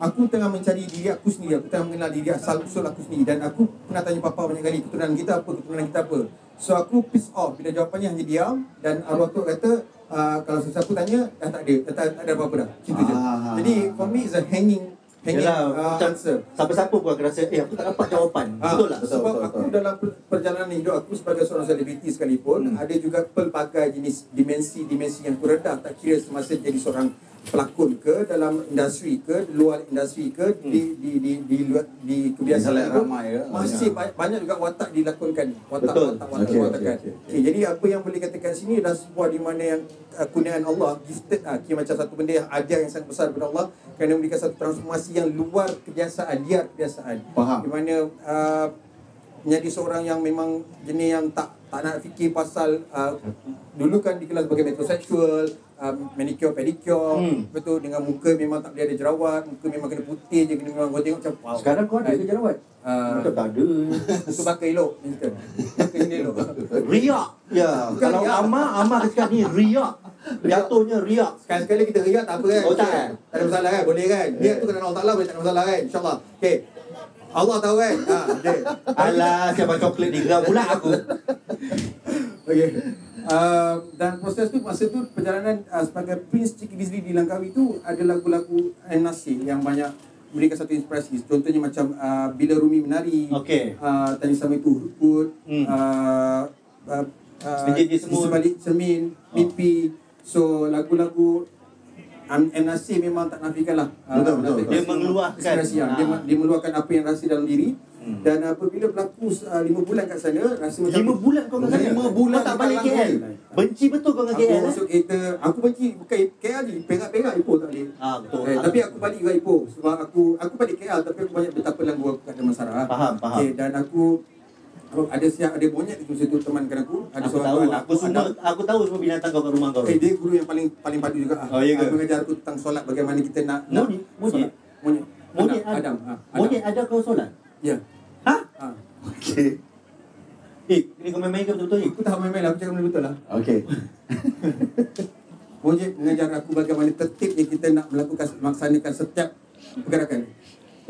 aku tengah mencari diri aku sendiri, aku tengah mengenal diri asal usul aku sendiri dan aku pernah tanya papa banyak kali keturunan kita apa, keturunan kita apa. So aku piss off bila jawapannya hanya diam dan arwah tu kata ah, kalau sesuatu aku tanya dah tak ada, dah tak, tak ada apa-apa dah. Gitu je.
Ah.
Jadi for me it's a hanging hanging
Yalah,
ah,
macam
answer.
siapa-siapa pun akan rasa, eh aku tak dapat jawapan.
Ah,
Betul tak?
Sebab
betul,
aku
betul.
dalam per- perjalanan hidup aku sebagai seorang selebriti sekalipun
Hmm.
ada juga pelbagai jenis dimensi-dimensi yang kuredah tak kira semasa jadi seorang pelakon ke dalam industri ke di luar industri ke di di di di, luar, di kebiasaan
Hmm. Di
aku,
ramai ya.
masih banyak, banyak juga watak dilakonkan watak
Betul.
watak watak kan.
Okey,
watakan
okey, okey.
okay, Eh, jadi apa yang boleh katakan sini adalah sebuah di mana yang uh, kurniaan Allah gifted ah okay, macam satu benda yang ajar yang sangat besar daripada Allah kerana memberikan satu transformasi yang luar kebiasaan liar kebiasaan
Faham.
di mana uh, menjadi seorang yang memang jenis yang tak tak nak fikir pasal uh, dulu kan dikenal sebagai metrosexual uh, manicure pedicure
Hmm.
hmm. betul dengan muka memang tak boleh ada jerawat muka memang kena putih je kena memang kau tengok macam wow
Sekarang kau ada ke
Kan?
jerawat?
Ah.
Macam tak ada.
Muka bakar elok Minta Muka ini
[laughs]
elok
Riak. Ya, kalau
riak.
Amar, Amar akan cakap ni riak. Jatuhnya riak.
Sekali-sekali kita riak tak apa kan
Oh, tak, eh?
Tak ada masalah kan Boleh kan Riak tu kena Allah Ta'ala Boleh tak ada masalah kan InsyaAllah Okay Allah tahu kan ha, okay.
Alah, siapa coklat ni geram pula aku.
okay. Uh, dan proses tu Masa tu perjalanan uh, Sebagai Prince Cik Dizli di Langkawi tu Ada lagu-lagu M. Nasir Yang banyak Memberikan satu inspirasi Contohnya macam uh, Bila Rumi menari
Okey.
uh, Tanya sama itu Hurkut
Hmm.
uh, uh, uh,
Sedikit
di
je semua.
sebalik cermin
Oh.
Mimpi So lagu-lagu Am- M. Nasir memang tak nafikan lah
Betul,
uh,
betul,
nafikan
betul. Dia
semua
mengeluarkan.
inspirasi, ah. dia,
Ah. Hmm.
dia meluahkan apa yang rasa dalam diri Dan apabila berlaku uh, 5 bulan kat sana Rasa macam
Lima bulan kau kat sana.
Lima bulan
Kau tak
dekat
balik KL.
Langkawi.
Benci betul kau dengan
Aku
KL. eh?
masuk kereta Aku benci Bukan KL je Perak-perak Ipoh tak boleh
Ah, betul.
eh, Tapi aku balik juga Ipoh Sebab aku Aku balik KL Tapi aku banyak betapa lagu aku kat Damansara
Faham, faham.
okay, Dan aku aku- ada siap ada monyet di situ teman kan aku ada
Aku
seorang
tahu,
kawan
aku semua aku tahu semua binatang kau kat rumah kau.
Eh, dia guru yang paling paling padu juga.
Oh, ya ke?
Aku mengajar aku tentang solat bagaimana kita nak
Monyet?
nak solat.
Monyet?
Monyet.
Monyet
Adam. Adam.
ada.
ah, Adam.
Monyet ada kau solat.
Ya.
Ha?
Ha.
Okey.
Eh, ni kau main-main ke betul-betul eh? ni?
Aku tak main-main lah, aku cakap benda betul lah.
Okey.
Monyet mengajar aku bagaimana tertibnya kita nak melakukan melaksanakan setiap pergerakan.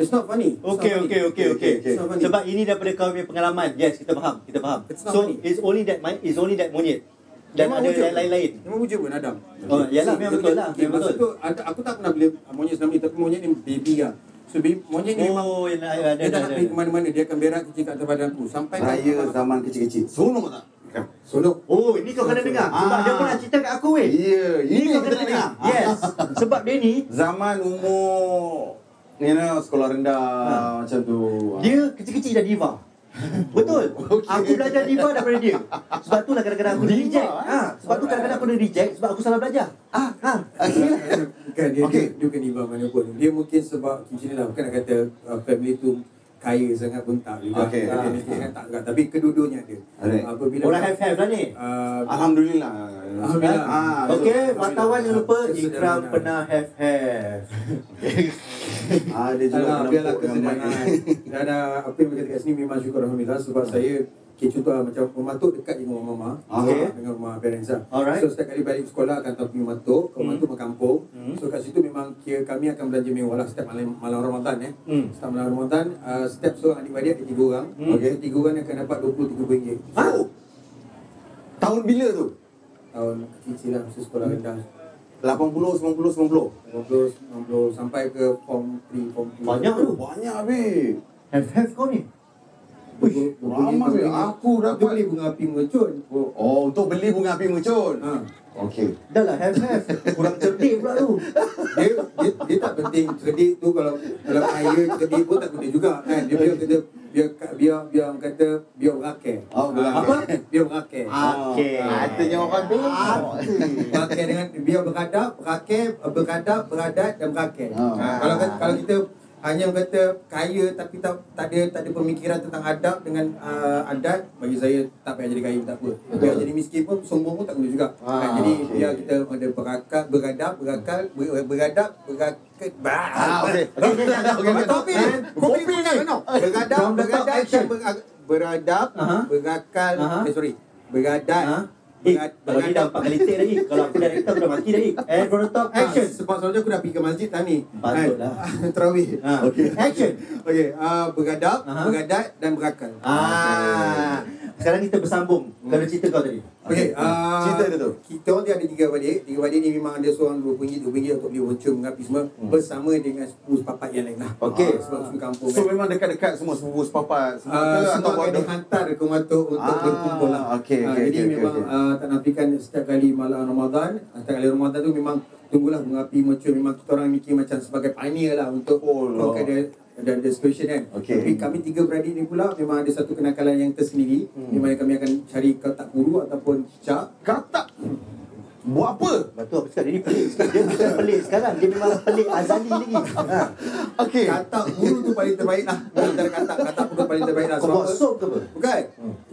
It's not funny. It's not
Okey
funny.
okey okey okey.
It's not funny.
Sebab ini daripada kau punya pengalaman. Yes, kita faham. Kita faham.
It's not
So
funny.
it's only that my it's only that monyet. Dan
Memang
ada
wujud.
yang lain-lain.
Memang wujud pun Adam.
Oh, yalah, memang betul lah,
Okay,
memang
masa
betul.
tu ada, aku tak pernah beli monyet selama ni tapi monyet ni baby lah. So baby, monyet ni memang
Oh, yang ada ada
dia tak nak pergi ke
ada.
mana-mana dia akan berak kecil kat tempat aku sampai kat
Raya zaman kecil-kecil. Seronok tak?
Solok.
Oh, ini kau kena dengar. Sebab
Ah.
dia pun nak cerita kat aku weh.
Ya,
Ini
ini
kau
yang
kena
kita
dengar.
dengar.
Yes. Sebab dia ni
Zaman umur You know, sekolah rendah macam tu.
Dia kecil-kecil dah diva. Betul. Aku belajar diva daripada dia. Sebab itulah kadang-kadang aku
Diva,
reject.
eh?
Ha, sebab tu kadang-kadang aku dah reject sebab aku salah belajar. Ah, ha.
Bukan Kan, dia,
Okey.
okay. dia, dia bukan ibar mana pun. Dia mungkin sebab macam lah. Bukan nak kata uh, family tu kaya sangat pun tak juga.
Okey.
Ah, dia miskin sangat tak juga. Tapi kedua-duanya ada.
Alright.
Apabila
Orang have-have lah ni.
Uh,
Alhamdulillah.
Alhamdulillah.
Ah,
Okey,
betul.
wartawan yang lupa
Kesederhanaan.
Ikram pernah have-have.
Ah, dia juga
Alah,
kena
biarlah
pokok dengan mic.
kesederhanaan. [laughs] Dan uh, apa yang kita kat sini memang syukur Alhamdulillah sebab saya Okay, contoh lah, macam rumah tu dekat dengan rumah mama
Okay.
Dengan rumah parents lah
Alright.
So setiap kali balik sekolah akan tahu pergi rumah tu Ke rumah
Hmm.
tu kampung
Hmm.
So kat situ memang kira kami akan belanja mewah lah setiap malam, malam Ramadan eh
Hmm.
Setiap malam Ramadan uh, Setiap seorang adik-adik ada tiga orang
Hmm.
Okay, tiga orang akan dapat RM23
Ha?
Tahun bila tu?
Tahun kecil lah masa sekolah rendah
80, 90, 90.
90, 90 sampai ke form 3, form 2
Banyak tu.
Banyak habis.
Have-have kau ni.
Bunyi- bunyi-
Ramai.
bunyi-
Aku dapat-
Dia beli bunga api mengecut
Oh, untuk beli bunga api muncul.
Ha.
Okey.
Dah lah have-have. Kurang cerdik pula tu.
dia, dia, dia tak penting kredit tu kalau kalau kaya kredit pun tak guna juga kan dia biar kata biar biar biar orang kata biar berakai
Oh, berakai.
apa biar berakai
Ah,
Okey.
Artinya orang tu.
berakai dengan biar beradab berakai beradab beradat dan berakai
Ah.
Oh.
ha. kalau kata- kalau kita hanya kata kaya tapi tak tak ada tak ada pemikiran tentang adab dengan uh, adat bagi saya tak payah jadi kaya pun tak apa biar jadi miskin pun sombong pun tak guna juga
Ah,
kan? jadi
okey.
biar kita ada berakal beradab berakal ber, beradab berakai
Ah, okey. Okey, okey, okey, okey.
Kopi
Eh,
ni. Kopi ni. Beradab,
From the top,
beradab,
action.
berag- beradab,
Aha.
berakal,
Aha.
eh, sorry.
Ha?
Beradab,
Eh, kalau dia dah
beradab.
empat kali take lagi. Kalau aku dah kita aku dah mati lagi. And from the top,
Action.
action.
Sebab selalunya aku dah pergi ke masjid time ni.
Patutlah.
Kan? [laughs] Terawih.
Ha. Action.
Okey, ah, beradab,
Aha.
beradat dan berakal.
Ah. Ha. Sekarang kita bersambung.
Hmm.
Kalau cerita kau tadi.
Okey, ah,
Cerita dia tu.
Kita orang ni ada tiga adik. Tiga adik ni memang ada seorang RM20, RM20 untuk beli wancung mengapi semua bersama dengan sepuluh papat yang lain lah.
Okey.
Ah, Sebab semua kampung
So memang dekat-dekat semua sepupu sepapat semua
Uh,
ke atau
semua akan
ada
dihantar ke Kumatuk untuk
Ah,
berkumpul lah.
okey,
Ah,
okey,
jadi
okey,
memang
okey.
ah, tak nafikan setiap kali malam Ramadan, ah, setiap kali Ramadan tu memang tunggulah bunga api muncul. Memang kita orang mikir macam sebagai pioneer lah untuk
Oh,
oh,
Allah.
ada ada discussion kan.
Okey.
Tapi kami tiga beradik ni pula memang ada satu kenakalan yang tersendiri hmm. di mana kami akan cari kotak guru ataupun cicak.
katak. Buat apa?
Sebab tu aku cakap dia ni pelik sikit. Dia bukan pelik sekarang. Dia memang pelik azali lagi. Ha.
Okey.
Katak guru tu paling terbaik
[laughs]
lah. Antara katak katak guru paling terbaik lah.
Kau
Sebab
buat
apa?
sop ke apa?
Bukan.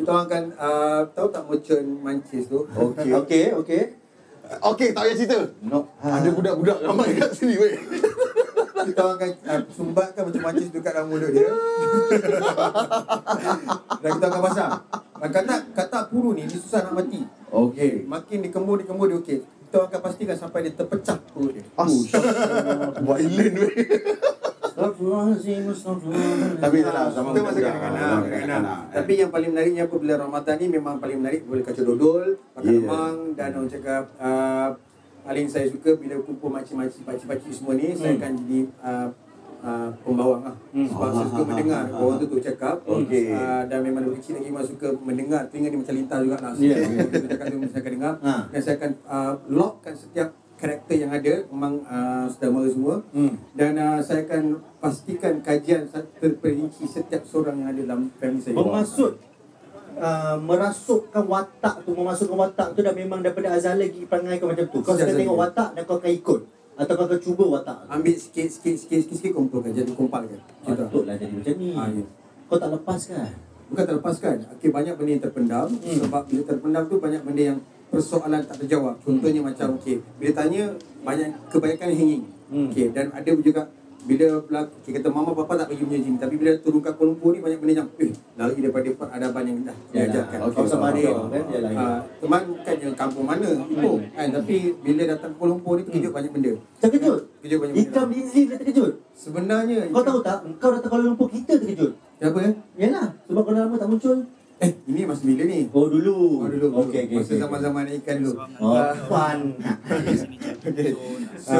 Kita orang akan ah, tahu tak merchant mancis tu.
Okey.
Okey, okey.
Okey, tak payah cerita.
No.
Ada budak-budak ramai kat sini weh.
kita orang akan uh, sumbatkan macam mancis dekat dalam mulut
[laughs]
dia. Dan kita akan pasang. Dan kata kata puru ni dia susah nak mati.
Okey.
Makin dikemur dikemur dia okey. Kita orang akan pastikan sampai dia terpecah perut dia.
Ah. Violent weh.
Astagfirullahalazim, astagfirullahalazim.
Tapi tak lah zaman
Kita masih kanak-kanak, kanak-kanak. Tapi yang paling menariknya apabila Ramadan ni memang paling menarik boleh kacau dodol, makan
Yeah.
lemang dan orang cakap uh, paling saya suka bila kumpul makcik-makcik, pakcik-pakcik semua ni saya
Hmm.
akan jadi uh, uh, pembawang lah. Sebab saya
[laughs]
suka mendengar orang tu tu cakap.
Okey.
Uh, dan memang dari kecil lagi memang suka mendengar. Telinga ni macam lintar juga lah. So,
Yeah.
orang tu cakap tu saya akan dengar.
Ha.
Dan saya akan uh, lockkan setiap karakter yang ada memang uh, saudara mara semua
Hmm.
dan uh, saya akan pastikan kajian sa- terperinci setiap seorang yang ada dalam family saya.
Bermaksud Uh, merasukkan watak tu Memasukkan watak tu dah memang daripada azal lagi Perangai kau macam tu Kau suka
Sejak azal
tengok
dia.
watak dan kau akan ikut Atau kau akan cuba watak tu
Ambil sikit, sikit, sikit, sikit, sikit kumpulkan. Jadi kumpalkan. Gitu.
Patutlah jadi macam ni
Ah, ya.
Kau tak lepaskan
Bukan terlepaskan. Okey, banyak benda yang terpendam.
Hmm.
Sebab bila terpendam tu banyak benda yang persoalan tak terjawab. Contohnya macam, okey, bila tanya, banyak kebanyakan hanging.
Hmm.
Okey, dan ada juga bila berlaku, okay, kata mama papa tak pergi menjajin. Tapi bila turun kat Kuala Lumpur ni, banyak benda yang, eh, lari daripada peradaban yang dah diajarkan.
Kau
Okey,
sama dia
faham.
kan Dia lain Hmm.
Ah, teman bukannya kampung mana Ipoh kan tapi bila datang Kuala Lumpur ni terkejut banyak benda
Terkejut
terkejut banyak benda
Ikram Dinzi dia terkejut
sebenarnya
Kau tahu tak Kau datang Kuala Lumpur Kita terkejut
apa eh?
Yalah Sebab kau dah lama tak muncul
eh ini masa bila ni
Oh dulu
Oh, dulu
Okey okey Oh,
masa
okey.
[laughs]
[laughs]
zaman-zaman ikan dulu
Oh
Ah,
fun
okey. Ah,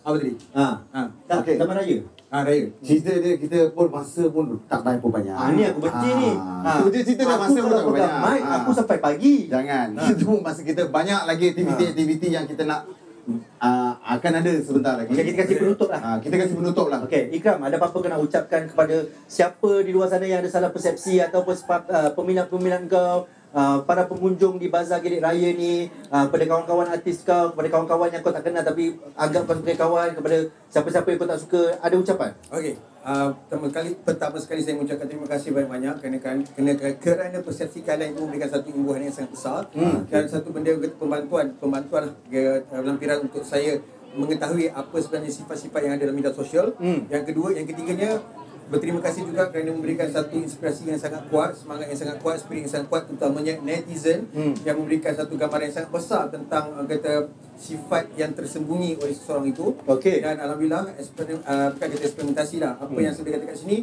Apa tadi?
Ha.
Ha.
Tak,
Okey.
Taman Raya.
Ha, raya.
Ah, Cerita dia kita pun masa pun tak banyak pun banyak.
Ah, ni aku betul ni.
Ah. Itu je cerita dah
Aku
masa pun
kalau
tak
pegang
banyak.
mic,
Ah.
aku sampai Ah. pagi.
Jangan. Itu pun masa kita banyak lagi aktiviti-aktiviti yang kita nak ah, akan ada sebentar lagi.
Okey, kita kasih penutup lah.
Ah, kita kasih penutup lah.
Okey, Ikram, ada apa-apa kau nak ucapkan kepada siapa di luar sana yang ada salah persepsi ataupun sepa- uh, pemilihan-pemilihan kau, uh, para pengunjung di Bazar Gilik Raya ni, uh, kepada kawan-kawan artis kau, kepada kawan-kawan yang kau tak kenal tapi anggap kau sebagai kawan, kepada siapa-siapa yang kau tak suka, ada ucapan?
Okey, uh, pertama kali pertama sekali saya mengucapkan terima kasih banyak-banyak kerana kan-, kerana kerana persepsi kalian itu memberikan satu imbuhan yang sangat besar hmm. dan satu benda pembantuan pembantuan lah. ke- lampiran untuk saya mengetahui apa sebenarnya sifat-sifat yang ada dalam media sosial. Hmm. Yang kedua, yang ketiganya berterima kasih juga kerana memberikan satu inspirasi yang sangat kuat, semangat yang sangat kuat, spirit yang sangat kuat terutamanya netizen hmm. yang memberikan satu gambaran yang sangat besar tentang uh, kata sifat yang tersembunyi oleh seseorang itu.
Okey.
Dan alhamdulillah eksperimen, uh, bukan kata eksperimentasi lah. Apa yang saya boleh kata kat sini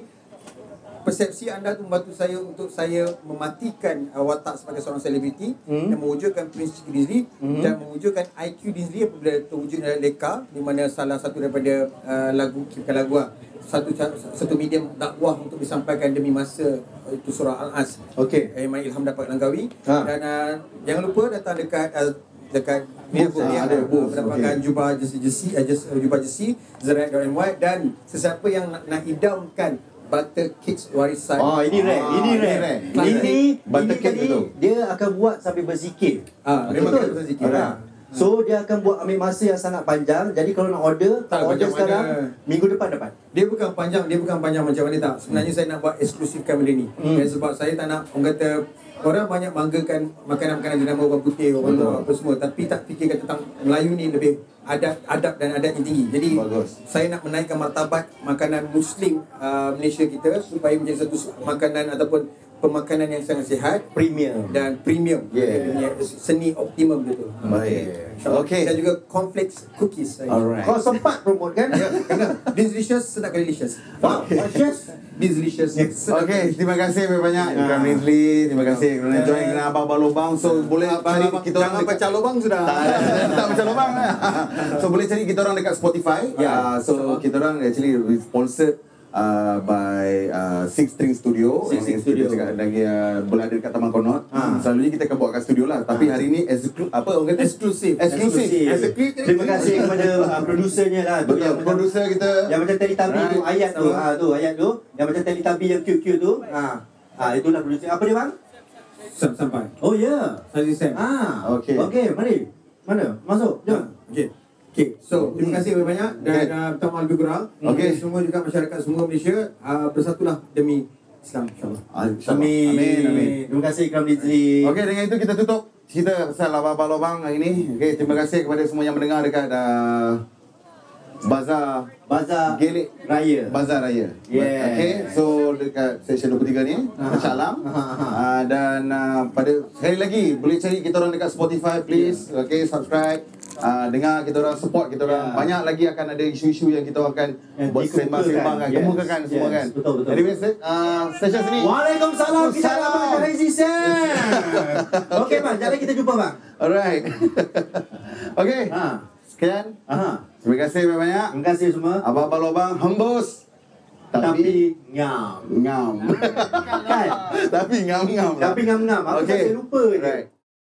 persepsi anda tu membantu saya untuk saya mematikan uh, watak sebagai seorang selebriti hmm. dan mewujudkan prinsip diri sendiri hmm. dan mewujudkan IQ diri sendiri apabila terwujud dalam leka di mana salah satu daripada uh, lagu bukan lagu lah, satu ca- satu medium dakwah untuk disampaikan demi masa uh, itu surah Al-As
Okey.
eh, yang mana Ilham dapat langgawi
Ha.
dan uh, jangan lupa datang dekat uh, dekat ni aku
lah,
Ah,
ni
ada
ada
booth,
mendapatkan
okey.
jubah jersey jersey uh, jersey, uh, jubah jersey Zerai.my dan sesiapa yang nak, nak idamkan butter cakes warisan
Oh, ini rare,
Ah,
ini
ini
rare.
rare.
Ini, ini,
Butter cake
tadi
tu.
dia akan buat sambil berzikir.
Ah, memang
Betul?
kena berzikir.
Ah. So dia akan buat ambil masa yang sangat panjang. Jadi kalau nak order,
Tak,
tak order
macam mana?
sekarang, minggu depan dapat.
dia bukan panjang dia bukan panjang macam mana tak sebenarnya
Hmm.
saya nak buat eksklusifkan benda ni hmm. dan sebab saya tak nak orang kata orang banyak banggakan makanan-makanan jenama orang putih orang tua apa semua tapi tak fikirkan tentang Melayu ni lebih adat adab dan adat yang tinggi jadi
Bagus.
saya nak menaikkan martabat makanan muslim uh, Malaysia kita supaya menjadi satu makanan ataupun pemakanan yang sangat sihat
Premium.
dan premium
Yeah.
Dia punya seni optimum dia tu
Baik.
Okay. Dan
Okey.
juga cornflakes cookies. saya.
Alright.
Kau sempat promote kan?
Ya, kena. This delicious, sedap kali delicious.
Wow, yes.
This delicious. sedap
Okey,
kali-
terima kasih banyak-banyak Ikram Rizli. Terima kasih kerana join dengan Abang-Abang Lobang. So, boleh cari
Abang-
kita orang
jangan pecah lubang sudah.
Tak, tak macam lubang lah. So boleh cari kita orang dekat Spotify.
Ya.
Uh, so kita orang actually sponsored Uh, by uh, Six String Studio
Six String
Yang
Studio.
kita cakap lagi uh, berada dekat Taman Konot
Ha.
Selalunya kita akan buat kat studio lah Tapi hari ini eksklu, apa orang kata?
Eksklusif.
Eksklusif
Eksklusif.
Terima kasih kepada uh, produsernya lah. tu
Betul,
yang macam-
produser kita
Yang macam Teletubby tu
Right.
ayat tu. Ah tu ayat tu. Yang macam Teletubby yang cute-cute tu. Ah. Ah itulah produser. Apa dia bang?
Sam sampai.
Oh ya. Yeah.
Saya Sam.
Ah.
Okey.
Okey, mari. Mana? Masuk.
Jom.
Jom.
Ah, Okay. Okay. So, terima kasih banyak-banyak dan
Okay.
uh, minta maaf lebih kurang.
Okay.
Dan Semua juga masyarakat semua Malaysia uh, bersatulah demi Islam insyaAllah.
Ah, insyaAllah.
Amin.
Amin, amin.
Terima kasih Ikram Rizli.
Okey, dengan itu kita tutup cerita pasal Abang-Abang Lobang hari ini Okey, terima kasih kepada semua yang mendengar dekat uh, Bazar
Bazar
Gelik
Raya.
Bazar Raya.
Yeah.
Okay, so dekat section 23 ni, Masya Allah. Ah, dan ah, pada sekali lagi boleh cari kita orang dekat Spotify please. Okay, subscribe. Ah, dengar kita orang support kita
Yeah.
orang. Banyak lagi akan ada isu-isu yang kita akan
Yang
buat
dikemukakan.
sembang-sembang kan.
Yes.
Kemukakan semua
Yes,
kan.
betul, betul.
Anyway, se- ah, session sini.
Waalaikumsalam. Kita
Salam.
dalam Bazar Raya Sam.
[laughs]
Okey bang, jangan kita jumpa bang.
Alright. [laughs] okay.
Ha.
Sekian.
Aha.
Terima kasih banyak-banyak.
Terima kasih semua.
Abang-abang lobang hembus. Tapi,
Tapi ngam.
ngam.
Kan?
[laughs] Tapi ngam-ngam lah.
Tapi ngam-ngam. Aku
Okey.
okay. lupa je.
Alright.